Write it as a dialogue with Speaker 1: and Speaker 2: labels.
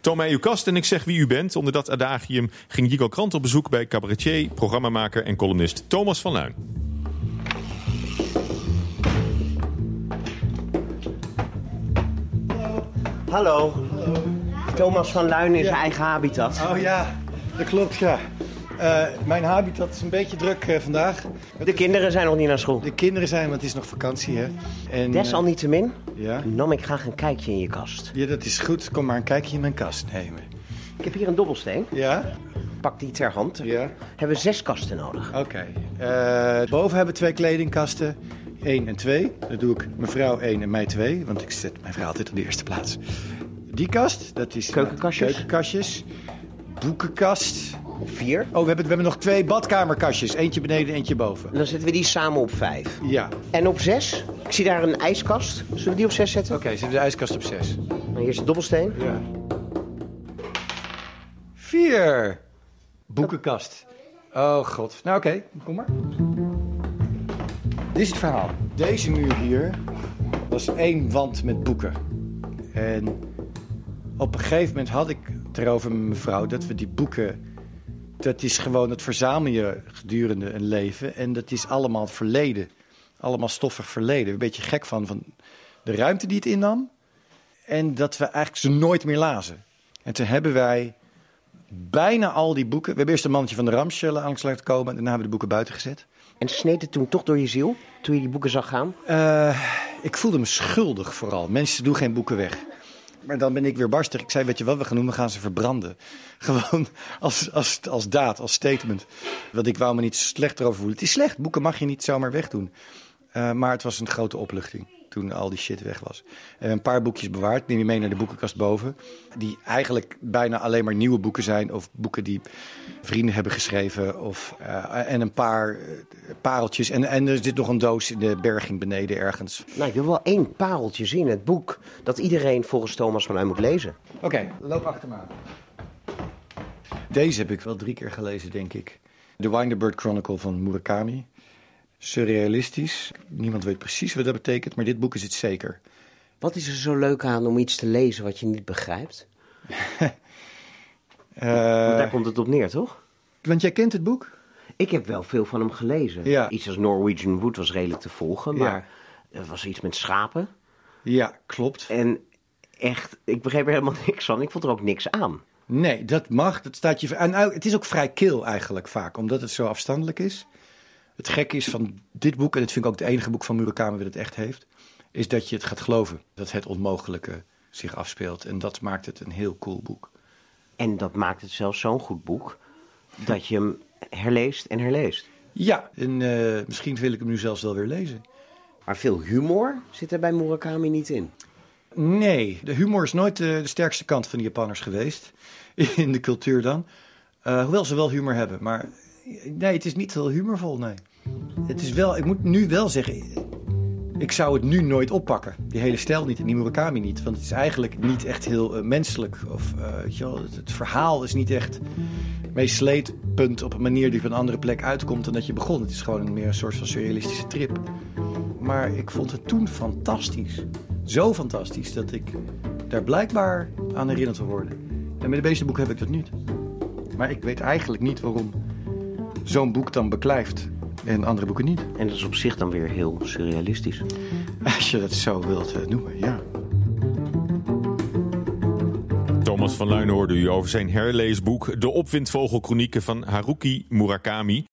Speaker 1: Toon mij uw kast en ik zeg wie u bent. Onder dat adagium ging Jigo Krant op bezoek bij cabaretier, programmamaker en columnist Thomas van Luin.
Speaker 2: Hallo. Thomas van Luin in zijn eigen habitat.
Speaker 3: Oh ja, dat klopt, ja. Eh, mijn habitat is een beetje druk eh, vandaag.
Speaker 2: De kinderen zijn nog niet naar school.
Speaker 3: De kinderen zijn, want het is nog vakantie, hè. En, eh,
Speaker 2: Desalniettemin
Speaker 3: ja.
Speaker 2: nam ik graag een kijkje in je kast.
Speaker 3: ja, dat is goed. Kom maar een kijkje in mijn kast nemen.
Speaker 2: Ik heb hier een dobbelsteen.
Speaker 3: Ja?
Speaker 2: Pak die ter hand.
Speaker 3: Ja.
Speaker 2: Hebben we zes kasten nodig.
Speaker 3: Oké. Eh, boven hebben we twee kledingkasten. Eén en twee. Dat doe ik mevrouw één en mij twee, want ik zet mijn vrouw altijd op de eerste plaats. Die kast, dat is...
Speaker 2: Keukenkastjes.
Speaker 3: Keukenkastjes. Boekenkast.
Speaker 2: Vier.
Speaker 3: Oh, we hebben, we hebben nog twee badkamerkastjes. Eentje beneden, eentje boven.
Speaker 2: Dan zetten we die samen op vijf.
Speaker 3: Ja.
Speaker 2: En op zes, ik zie daar een ijskast. Zullen we die op zes zetten?
Speaker 3: Oké, ze hebben de ijskast op zes.
Speaker 2: Nou, Hier is de dobbelsteen.
Speaker 3: Ja. Vier. Boekenkast. Oh god. Nou oké, kom maar. Dit is het verhaal. Deze muur hier was één wand met boeken. En op een gegeven moment had ik het erover met mijn vrouw dat we die boeken. Dat is gewoon, dat verzamel je gedurende een leven. En dat is allemaal verleden. Allemaal stoffig verleden. Een beetje gek van, van de ruimte die het innam. En dat we eigenlijk ze nooit meer lazen. En toen hebben wij bijna al die boeken. We hebben eerst een mannetje van de Ramschelle langs laten komen. En daarna hebben we de boeken buiten gezet.
Speaker 2: En sneed het toen toch door je ziel, toen je die boeken zag gaan.
Speaker 3: Eh, ik voelde me schuldig vooral. Mensen doen geen boeken weg. Maar dan ben ik weer barstig. Ik zei, weet je wat we gaan doen? We gaan ze verbranden. Gewoon als, als, als daad, als statement. Want ik wou me niet slecht erover voelen. Het is slecht, boeken mag je niet zomaar wegdoen. Eh, maar het was een grote opluchting toen al die shit weg was. En een paar boekjes bewaard, neem je mee naar de boekenkast boven. Die eigenlijk bijna alleen maar nieuwe boeken zijn. Of boeken die vrienden hebben geschreven. Of, eh, en een paar eh, pareltjes. En, en er zit nog een doos in de berging beneden ergens.
Speaker 2: Nou, ik wil wel één pareltje zien. Het boek dat iedereen volgens Thomas van Luin moet lezen.
Speaker 3: Oké, loop achter me aan. Deze heb ik wel drie keer gelezen, denk ik. The Winderbird Chronicle van Murakami. Surrealistisch. Niemand weet precies wat dat betekent, maar dit boek is het zeker.
Speaker 2: Wat is er zo leuk aan om iets te lezen wat je niet begrijpt?
Speaker 3: Eh,
Speaker 2: Want daar komt het op neer, toch?
Speaker 3: want jij kent het boek?
Speaker 2: Eh, Ik heb wel veel van hem gelezen.
Speaker 3: Ja.
Speaker 2: Iets als Norwegian Wood was redelijk te volgen,
Speaker 3: Ja.
Speaker 2: maar er was iets met schapen.
Speaker 3: Ja, klopt.
Speaker 2: En echt, ik begreep er helemaal niks van. Ik vond er ook niks aan.
Speaker 3: Nee, dat mag. Dat staat je... En nou, het is ook vrij kil eigenlijk vaak, omdat het zo afstandelijk is. Het gekke is van dit boek, en dat vind ik ook het enige boek van Murakami dat het echt heeft... is dat je het gaat geloven, dat het onmogelijke zich afspeelt. En dat maakt het een heel cool boek.
Speaker 2: En dat maakt het zelfs zo'n goed boek dat je hem herleest en herleest.
Speaker 3: Ja, en eh, misschien wil ik hem nu zelfs wel weer lezen.
Speaker 2: Maar veel humor zit er bij Murakami niet in.
Speaker 3: Nee, de humor is nooit eh, de sterkste kant van de Japanners geweest. In de cultuur dan. Eh, hoewel ze wel humor hebben. Maar nee, het is niet heel humorvol, nee. Het is wel, ik moet nu wel zeggen... Ik zou het nu nooit oppakken. Die hele stijl niet en die Murakami niet. Want het is eigenlijk niet echt heel eh, menselijk. Of, eh, weet je wel, het, het verhaal is niet echt... meesleetpunt op een manier die op een andere plek uitkomt dan dat je begon. Het is gewoon een- meer een soort van surrealistische trip. Maar ik vond het toen fantastisch. Zo fantastisch dat ik daar blijkbaar aan herinnerd wil worden. En met de meeste boeken heb ik dat niet. Maar ik weet eigenlijk niet waarom zo'n boek dan beklijft en andere boeken niet.
Speaker 2: En dat is op zich dan weer heel surrealistisch.
Speaker 3: Als je dat zo wilt eh, noemen, ja.
Speaker 1: Thomas van Luin hoorde u over zijn herleesboek De Opwindvogelchronieken van Haruki Murakami.